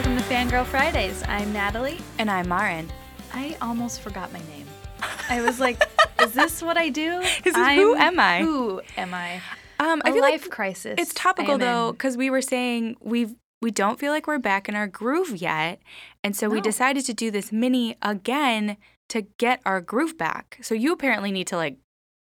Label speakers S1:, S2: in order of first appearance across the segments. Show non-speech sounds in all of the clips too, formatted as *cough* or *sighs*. S1: Tarot Fridays. I'm Natalie.
S2: And I'm Marin.
S1: I almost forgot my name. I was like, is this what I do?
S2: *laughs* this who am I?
S1: Who am I?
S2: Um,
S1: A
S2: I feel
S1: life
S2: like
S1: crisis.
S2: it's topical
S1: I am
S2: though,
S1: in.
S2: because we were saying we've we don't feel like we're back in our groove yet, and so we
S1: No.
S2: decided to do this mini again to get our groove back. So you apparently need to like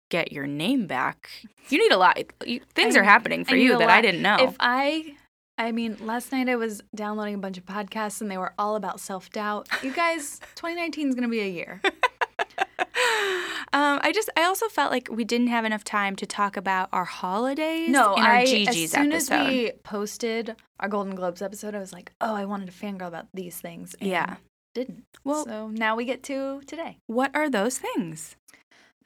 S2: get your name back. You need a lot. You, things
S1: I-
S2: are happening for
S1: I need
S2: you
S1: a
S2: that I
S1: lot.
S2: didn't know.
S1: If I, I mean, last night I was downloading a bunch of podcasts and they were all about self doubt. You guys, 2019 is going to be a
S2: *laughs*
S1: year.
S2: *laughs* um, I just I also felt like we didn't have enough time to talk about our holidays
S1: No,
S2: in our
S1: I,
S2: Gigi's
S1: as soon
S2: episode.
S1: as we posted our Golden Globes episode, I was like, oh, I wanted to fangirl about these things. And
S2: Yeah.
S1: Didn't.
S2: Well-
S1: so now we get to today.
S2: What are those things?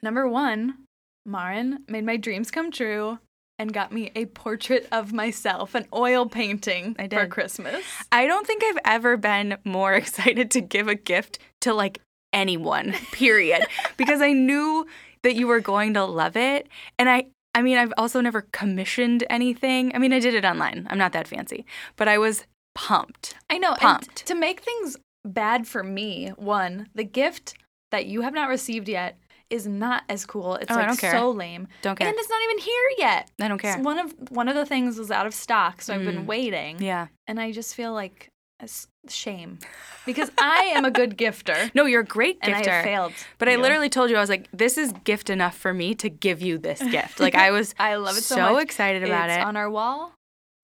S1: Number one, Marin made my dreams come true and got me a portrait of myself, an oil painting
S2: I
S1: for
S2: did.
S1: Christmas.
S2: I don't think I've ever been more *laughs* excited to give a gift to like anyone, *laughs* period, because I knew that you were going to love it. And I, I mean, I've also never commissioned anything. I mean, I did it online. I'm not that fancy, but I was pumped.
S1: I know. And t-
S2: Pumped.
S1: to make things bad for me, one, the gift that you have not received yet is not as cool. It's
S2: Oh, I
S1: like
S2: don't care.
S1: so lame.
S2: Don't care.
S1: And it's not even here yet.
S2: I don't
S1: It's
S2: care.
S1: one of one of the things was out of stock, so I've been
S2: Mm.
S1: waiting.
S2: Yeah.
S1: And I just feel like a s- shame because I am a good *laughs* gifter
S2: No, you're a great
S1: and I
S2: gifter.
S1: have failed.
S2: But I
S1: you.
S2: literally told you I was like, this is gift enough for me to give you this
S1: *laughs*
S2: gift. Like I was
S1: I love it so,
S2: so
S1: much.
S2: excited about
S1: it's
S2: it.
S1: on our wall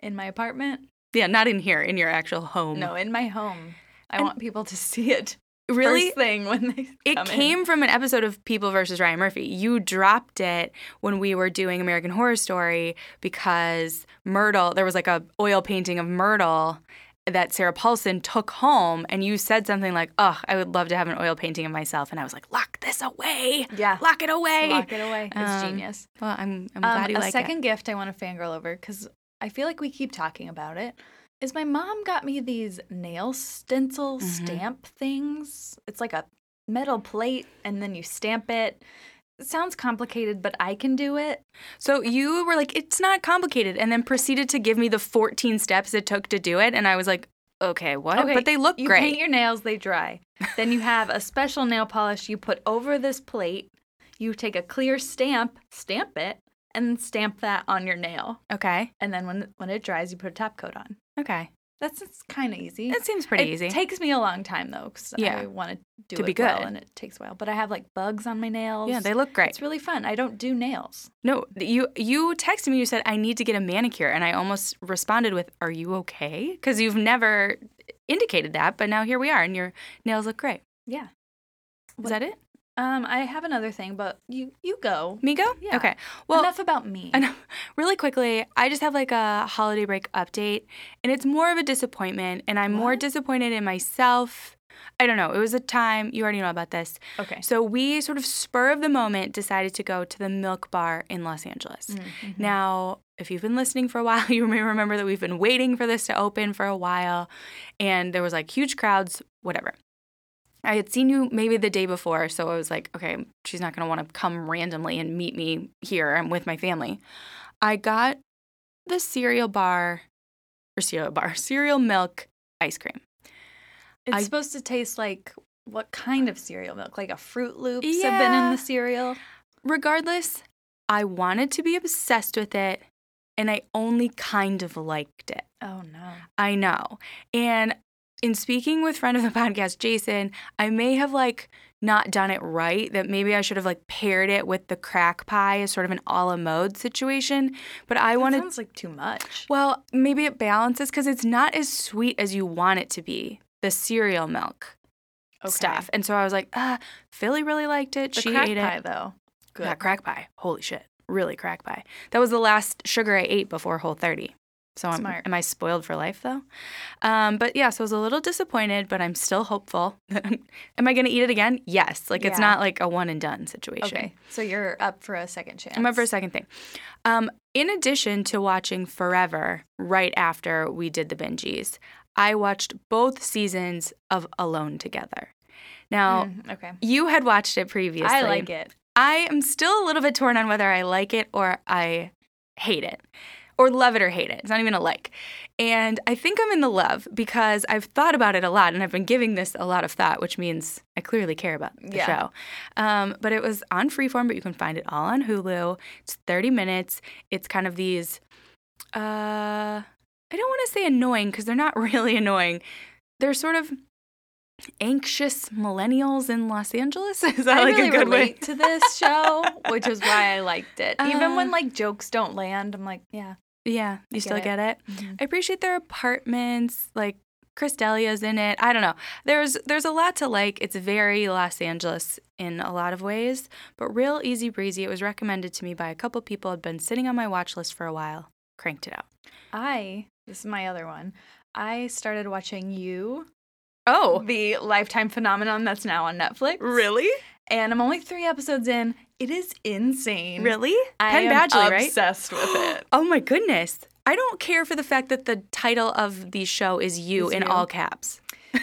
S1: in my apartment.
S2: yeah, not in here, in your actual home.
S1: No, in my home. I
S2: Mm. And-
S1: want people to *laughs* see it
S2: Really?
S1: first thing when they
S2: It
S1: come in.
S2: came from an episode of People versus Ryan Murphy. You dropped it when we were doing American Horror Story because Myrtle, there was like a oil painting of Myrtle that Sarah Paulson took home, and you said something like, "Oh, I would love to have an oil painting of myself," and I was like, "Lock this away,
S1: Yeah.
S2: lock it away."
S1: Lock it away. It's
S2: Um,
S1: genius.
S2: Well, I'm
S1: Um,
S2: I'm glad you
S1: a
S2: like
S1: second gift I want to fangirl over because I feel like we keep talking about it. Is my mom got me these nail stencil
S2: Mhm.
S1: stamp things? It's like a metal plate and then you stamp it. It sounds complicated, but I can do it.
S2: it. So you were like, "It's not complicated," and then proceeded to give me the 14 steps it took to do it, and I was like, "Okay, what?"
S1: Okay,
S2: but they look
S1: you
S2: great.
S1: paint your nails, they dry. then you have a special nail polish you put over this plate. You take a clear stamp, stamp it, and then stamp that on your nail.
S2: okay,
S1: And then when when it dries, you put a top coat on.
S2: okay,
S1: That's, that's kind of easy.
S2: it seems pretty
S1: it
S2: easy.
S1: takes me a long time though, because
S2: Yeah.
S1: I want to do
S2: To
S1: it
S2: be
S1: well,
S2: good.
S1: and it takes a while. But I have like bugs on my nails.
S2: yeah, they look great.
S1: It's really fun. I don't do nails.
S2: No, th- you you texted me. You said I need to get a manicure, and I almost responded with, "Are you okay?" Because you've never indicated that, but now here we are, and your nails look great.
S1: Yeah.
S2: Is that it,
S1: Um, I have another thing, but you you go.
S2: Migo?
S1: Yeah.
S2: Okay. Well,
S1: enough about me.
S2: and *laughs* really quickly, I just have like a holiday break update, and it's more of a disappointment, and I'm more
S1: What?
S2: disappointed in myself. I don't know. It was a time you already know about this.
S1: okay.
S2: So we sort of spur of the moment decided to go to the Milk Bar in Los Angeles.
S1: Mhm.
S2: Now, if you've been listening for a *laughs* while, you may remember that we've been waiting for this to open for a while and there was like huge crowds, whatever. I had seen you maybe the day before, so I was like, okay, she's not going to want to come randomly and meet me here. I'm with my family. I got the cereal bar or cereal bar, *laughs* cereal milk ice cream.
S1: It's
S2: I-
S1: supposed to taste like what kind of cereal milk? Like a Fruit Loops have been in
S2: Yeah.
S1: the cereal.
S2: Regardless, I wanted to be obsessed with it and I only kind of liked it.
S1: Oh no.
S2: I know. And in speaking with friend of the *laughs* podcast, Jason, I may have like not done it right, that maybe I should have like paired it with the crack pie as sort of an a la mode situation. But I
S1: That
S2: wanted,
S1: sounds like too much.
S2: well, maybe it balances because it's not as sweet as you want it to be, the cereal milk stuff. And so I was like, ah, Philly really liked it.
S1: The
S2: she
S1: crack
S2: ate
S1: pie
S2: it.
S1: though. Good.
S2: That crack pie. Holy shit. Really crack pie. That was the last sugar I ate before Whole 30. So I'm,
S1: Smart.
S2: am I spoiled for life though? Um, but yeah, so I was a little disappointed, but I'm still hopeful. *laughs* am I going to eat it again? Yes. Like it's
S1: Yeah.
S2: not like a one and done situation.
S1: okay. So you're up for a second chance.
S2: I'm up for a second thing. Um, in addition to watching Forever right after we did the binges, I watched both seasons of Alone Together. Now,
S1: Mm, okay.
S2: you had watched it previously.
S1: I like it.
S2: I am still a little bit torn on whether I like it or I hate it. or love it or hate it. It's not even a like. And I think I'm in the love because I've thought about it a lot and I've been giving this a lot of thought, which means I clearly care about the
S1: Yeah.
S2: show. Um, but it was on Freeform, but you can find it all on Hulu. It's 30 minutes. It's kind of these, uh, I don't want to say annoying because they're not *laughs* really annoying. They're sort of anxious millennials in Los Angeles. *laughs* Is that
S1: I
S2: *laughs* like
S1: really
S2: a good
S1: relate
S2: way?
S1: to this
S2: *laughs*
S1: show, which is why I liked it. Even
S2: Uh,
S1: when like jokes don't land, I'm like, yeah.
S2: Yeah, you still
S1: get
S2: get it. I appreciate their apartments. Like Chris Delia's in it. I don't know. There's there's a lot to like. It's very Los Angeles in a lot of ways, but real easy breezy. It was recommended to me by a couple people. Had been sitting on my watch list for a while. Cranked it out.
S1: I this is my other one. I started watching you,
S2: Oh,
S1: the lifetime phenomenon that's now on Netflix.
S2: really?
S1: And I'm only three episodes in. It is insane.
S2: Really?
S1: I
S2: Penn
S1: am
S2: Badgley, right? *gasps*
S1: obsessed with
S2: *laughs*
S1: it.
S2: Oh my goodness. I don't care for the fact that the title of the show is "You"
S1: Is
S2: in
S1: you.
S2: all caps.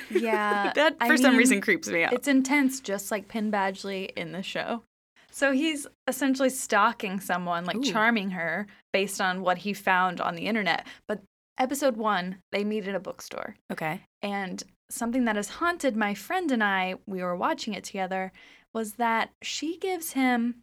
S1: Yeah.
S2: that for
S1: I
S2: some
S1: mean,
S2: reason creeps me
S1: *laughs*
S2: out.
S1: It's intense, just like Pin Badgley in the show. So he's essentially stalking someone, like
S2: Ooh.
S1: charming her based on what he found on the internet. But episode one, they meet at a bookstore.
S2: Okay. *gasps*
S1: And something that has haunted my friend and I, we were watching it together, was that she gives him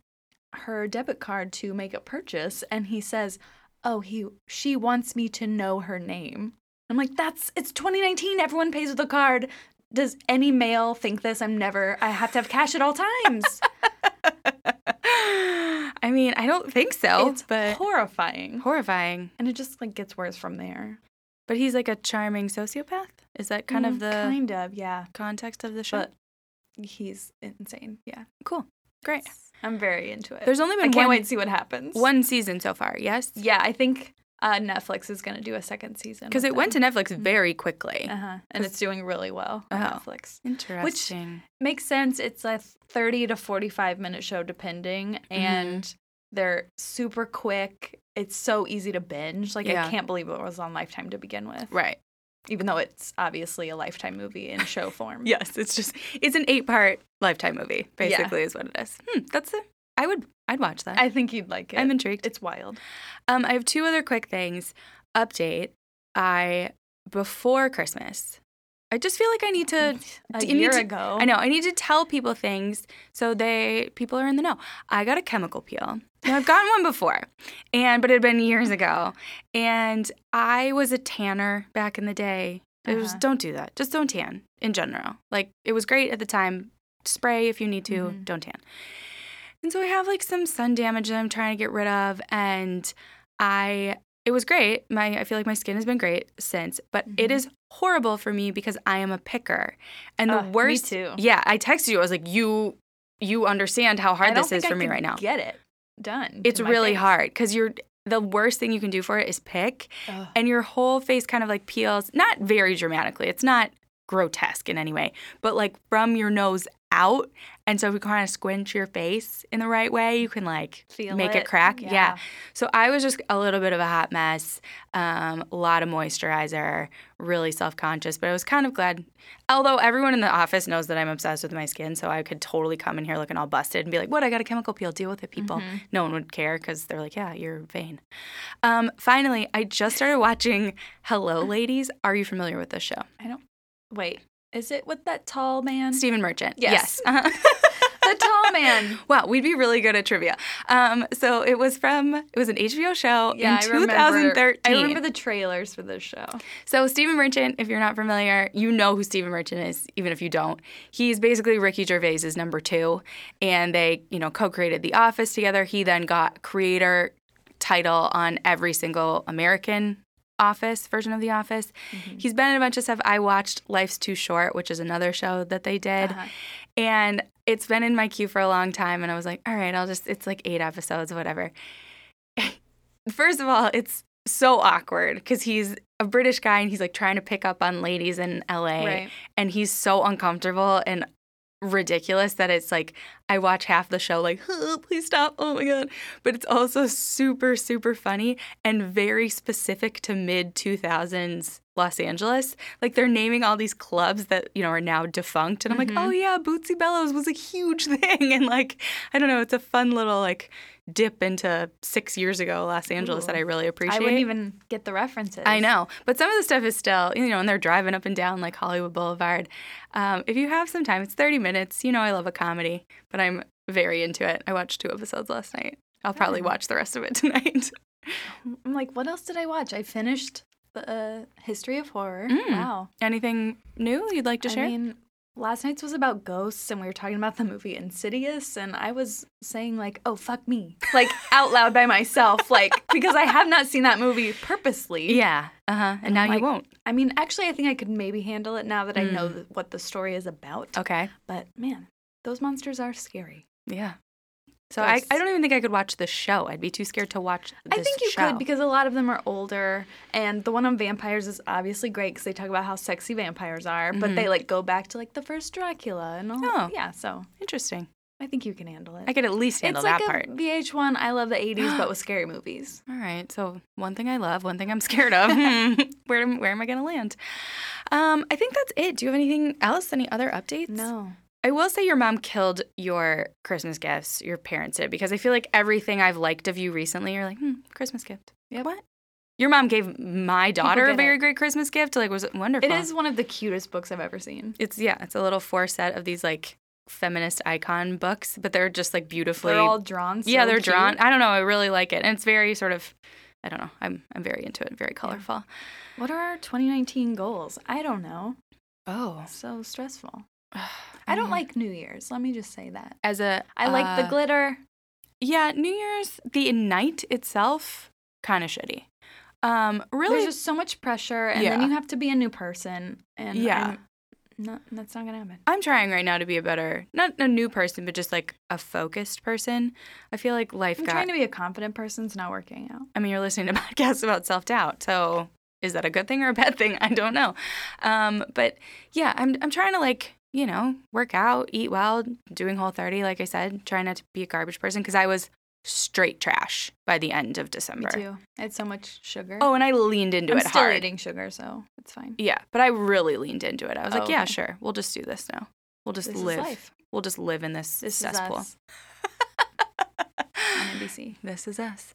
S1: her debit card to make a purchase and he says, "Oh, he she wants me to know her name." I'm like, "That's it's 2019, everyone pays with a card. Does any male think this? I'm never I have to have cash at all *laughs* times."
S2: I mean, I don't think so,
S1: it's
S2: but
S1: horrifying.
S2: horrifying.
S1: And it just like gets worse from there.
S2: But he's like a charming sociopath. Is that kind
S1: Mm,
S2: of the
S1: kind of, yeah.
S2: context of the show?
S1: But he's insane. Yeah.
S2: cool, great.
S1: I'm very into it.
S2: There's only
S1: I
S2: been
S1: can't
S2: one,
S1: wait to see what happens.
S2: one season so far, yes,
S1: Yeah, I think uh, Netflix is going to do a second season
S2: because it went to Netflix very quickly.
S1: uh huh, and it's doing really well on
S2: Oh.
S1: Netflix.
S2: Interesting.
S1: Makes sense. It's a thirty to forty-five minute show, depending,
S2: Mm-hmm.
S1: and they're super quick. It's so easy to binge. Like I
S2: Yeah.
S1: can't believe it was on Lifetime to begin with,
S2: right.
S1: even though it's obviously a Lifetime movie in
S2: *laughs*
S1: show form.
S2: Yes, it's just it's an eight part Lifetime movie.
S1: Yeah.
S2: Basically, is what it is. Hmm, that's a, I would I'd watch that.
S1: I think you'd like it.
S2: I'm intrigued.
S1: it's wild.
S2: Um, I have two other quick things. Update. I before Christmas. I just feel like I need to.
S1: A
S2: Do you need
S1: year
S2: to-
S1: ago,
S2: I know I need to tell people things so they people are in the know. I got a chemical peel. Now I've gotten one before, and but it had been years ago. And I was a tanner back in the day. It was
S1: Uh-huh.
S2: don't do that. Just don't tan in general. Like it was great at the time. Spray if you need to.
S1: Mhm.
S2: Don't tan. And so I have like some sun damage that I'm trying to get rid of, and I it was great. My I feel like my skin has been great since, but it
S1: Mhm.
S2: is horrible for me because I am a picker, and the
S1: Ugh, Ah, me
S2: worst.
S1: too.
S2: Yeah, I texted you. I was like, you you understand how
S1: I
S2: hard
S1: don't
S2: this is
S1: think I
S2: for me
S1: could
S2: right now.
S1: Get it done. to
S2: It's
S1: my
S2: really
S1: face.
S2: hard because you're the worst thing you can do for it is pick,
S1: Ugh.
S2: and your whole face kind of like peels, not very dramatically. It's not grotesque in any way, but like from your nose out. And so if you kind of squinch your face in the right way, you can like
S1: Feel
S2: make it,
S1: it.
S2: crack.
S1: Yeah.
S2: So I was just a little bit of a hot mess, um, a lot of moisturizer, really self conscious, but I was kind of glad. Although everyone in the office knows that I'm obsessed with my skin, so I could totally come in here looking all busted and be like, what? I got a chemical peel. Deal with it, people.
S1: Mm-hmm.
S2: No one would care because they're like, yeah, you're vain. Um, finally, I just started watching
S1: *laughs*
S2: Hello Ladies. Are you familiar with this show?
S1: Wait, is it with that tall
S2: *laughs*
S1: man?
S2: Stephen Merchant.
S1: Yes.
S2: Uh-huh.
S1: the tall man.
S2: Wow, we'd be really good at trivia. Um, so it was from it was an HBO show
S1: *laughs* Yeah,
S2: in
S1: I remember.
S2: 2013.
S1: I remember the trailers for this show.
S2: So Stephen Merchant, if you're not familiar, you know who Stephen Merchant is, even if you don't. He's basically Ricky Gervais's number two, and they, you know, co-created The Office together. He then got creator title on every single American Office version of The Office. He's been in a bunch of stuff. I watched Life's Too Short, which is another show that they did,
S1: Uh-huh.
S2: and it's been in my queue for a long time. And I was like, all right, I'll just. It's like eight episodes, whatever. First of all, it's so awkward because he's a British guy and he's like trying to pick up on ladies in LA.
S1: Right.
S2: And he's so uncomfortable and ridiculous that it's like I watch half the show like, "Huh, please stop. Oh my God. But it's also super, super funny and very specific to mid 2000s Los Angeles. Like they're naming all these clubs that, you know, are now defunct. And I'm
S1: Mhm.
S2: like, oh yeah, Bootsy Bellows was a huge *laughs* thing. And like, I don't know, it's a fun little like dip into six years ago Los Angeles
S1: Ooh.
S2: that I really appreciate.
S1: I wouldn't even get the references.
S2: I know. But some of the stuff is still, you know, and they're driving up and down like Hollywood Boulevard. Um, if you have some time, it's 30 minutes. You know, I love a comedy, but I'm very into it. I watched two episodes last night. I'll probably
S1: Good.
S2: watch the rest of it *laughs* tonight.
S1: I'm like, what else did I watch? I finished the uh, History of Horror.
S2: Mm.
S1: Wow.
S2: Anything new you'd like to share?
S1: I mean, last night's was about ghosts, and we were talking about the movie Insidious, and I was saying like, "Oh fuck me,"
S2: *laughs*
S1: like out loud by myself, like because I have not seen that movie purposely.
S2: yeah. Uh huh. And now
S1: I'm
S2: you
S1: like-
S2: won't. Mm.
S1: I mean, actually, I think I could maybe handle it now that I know th- what the story is about.
S2: Okay.
S1: But man, those monsters are scary.
S2: Yeah. So I,
S1: Ghosts.
S2: I don't even think I could watch the show. I'd be too scared to watch. This
S1: I think you
S2: show.
S1: could because a lot of them are older, and the one on vampires is obviously great because they talk about how sexy vampires are, but they like go back to like the first Dracula and all.
S2: Mm-hmm. Oh.
S1: Yeah, so
S2: interesting.
S1: I think you can handle it.
S2: I could at least handle
S1: it's like
S2: that
S1: a
S2: part.
S1: VH1 I love the 80s
S2: *gasps*
S1: but with scary movies.
S2: All right. So one thing I love, one thing I'm *laughs*
S1: *laughs*
S2: scared of. where am- where am I going to land? Um, I think that's it. Do you have anything else? Any other updates?
S1: No.
S2: I will say your mom killed your Christmas gifts. Your parents did because I feel like everything I've liked of you recently, you're like, hmm, Christmas gift.
S1: Yep.
S2: What? Your mom gave my daughter a
S1: get it.
S2: very great Christmas gift. Like, was wonderful.
S1: It is one of the cutest books I've ever seen.
S2: It's yeah, it's a little four set of these like feminist icon books, but they're just like beautifully
S1: They're all drawn. So
S2: yeah, they're
S1: cute.
S2: drawn. I don't know, I really like it, and it's very sort of I don't know, I'm I'm very into it, very colorful.
S1: What are our 2019 goals? I don't know.
S2: Oh,
S1: So stressful.
S2: *sighs*
S1: I don't like New Year's. Let me just say that.
S2: as a
S1: I like the
S2: uh,
S1: glitter.
S2: yeah New Year's the night itself kind of shitty. Um, really,
S1: There's just so much pressure, and
S2: Yeah.
S1: then you have to be a new person. And
S2: Yeah.
S1: I'm- no, that's not gonna happen.
S2: I'm trying right now to be a better not a new person, but just like a focused person. I feel like life
S1: I'm
S2: got.
S1: trying to be a confident person. It's not working out.
S2: I mean, you're listening to *laughs* podcasts about self doubt. So is that a good thing or a bad thing? I don't know. Um, but yeah, I'm, I'm trying to like, you know, work out, eat well, doing whole 30, like I said, trying not to be a garbage person because I was straight trash by the end of December.
S1: Me too. I had so much sugar.
S2: Oh, and I leaned into
S1: I'm
S2: it
S1: still
S2: hard.
S1: eating sugar, so it's fine.
S2: Yeah, but I really leaned into it. I was
S1: Oh,
S2: like, yeah,
S1: okay.
S2: sure. We'll just do this now. We'll just
S1: This is
S2: live.
S1: life.
S2: We'll just live in this,
S1: This
S2: cesspool. *laughs*
S1: is us on NBC.
S2: This is us.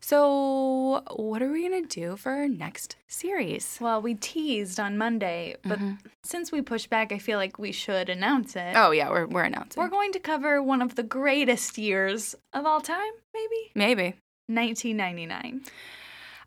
S2: So, what are we going to do for our next series?
S1: Well, we teased on Monday,
S2: Mm-hmm.
S1: but since we pushed back, I feel like we should announce it.
S2: Oh yeah, we're we're announcing.
S1: We're going to cover one of the greatest years of all time, maybe?
S2: Maybe.
S1: 1999.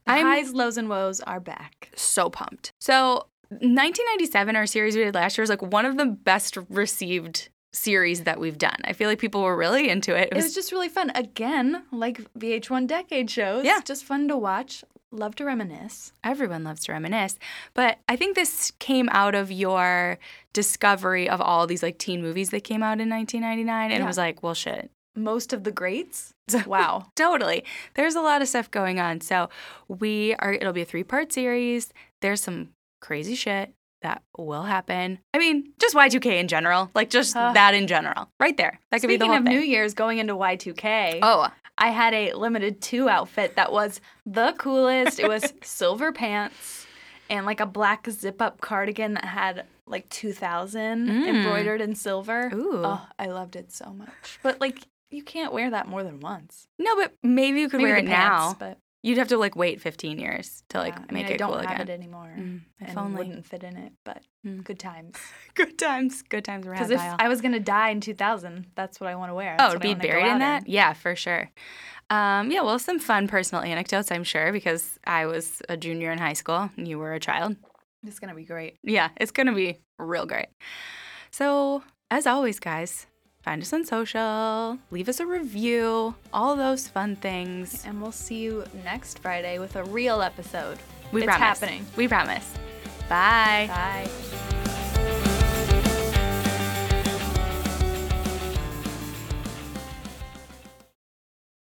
S1: The
S2: I'm-
S1: highs, lows, and woes are back.
S2: So pumped. So 1997, our series we did last year was like one of the best received series that we've done. I feel like people were really into it. It
S1: It
S2: was,
S1: was just really fun. Again, like VH1 decade shows.
S2: Yeah.
S1: Just fun to watch. Love to reminisce.
S2: everyone loves to reminisce, but I think this came out of your discovery of all these like teen movies that came out in 1999, and it
S1: Yeah.
S2: was like, well, shit,
S1: Most of the *laughs* greats. Wow.
S2: Totally. There's a lot of stuff going on. So we are it'll be a three-part series. There's some crazy shit that will happen. I mean, just Y2K in general. Like just
S1: Huh.
S2: that in general. Right there. That could be the
S1: Speaking
S2: whole
S1: of
S2: thing.
S1: New Year's going into Y2K.
S2: oh,
S1: I had a limited two outfit that was the coolest. It *laughs* was silver pants and like a black zip up cardigan that had like 2000
S2: Mm.
S1: embroidered in silver.
S2: Ooh.
S1: Oh, I loved it so much. But like, you can't wear that more than once.
S2: no, but maybe you could
S1: Maybe
S2: wear it
S1: the
S2: now.
S1: pants, but
S2: You'd have to like wait 15 years to like
S1: yeah, I mean,
S2: make
S1: I
S2: it
S1: don't
S2: cool
S1: have it
S2: again.
S1: anymore.
S2: Mm, if
S1: and
S2: only.
S1: wouldn't fit in it, but
S2: Mm.
S1: good *laughs* times.
S2: *laughs* Good times. Good times were
S1: Because if
S2: had by all.
S1: I was gonna die in 2000, that's what I want to wear.
S2: Oh,
S1: That's
S2: to
S1: what I
S2: be
S1: wanna go
S2: buried
S1: out
S2: in that? Yeah, for sure. Um, yeah, well, some fun personal anecdotes, I'm sure, because I was a junior in high school and you were a child.
S1: It's gonna be great.
S2: yeah, it's going to be real great. So, as always, guys, find us on social, leave us a review, all those fun things.
S1: And we'll see you next Friday with a real episode.
S2: We
S1: it's
S2: promise.
S1: happening.
S2: We promise. Bye.
S1: Bye.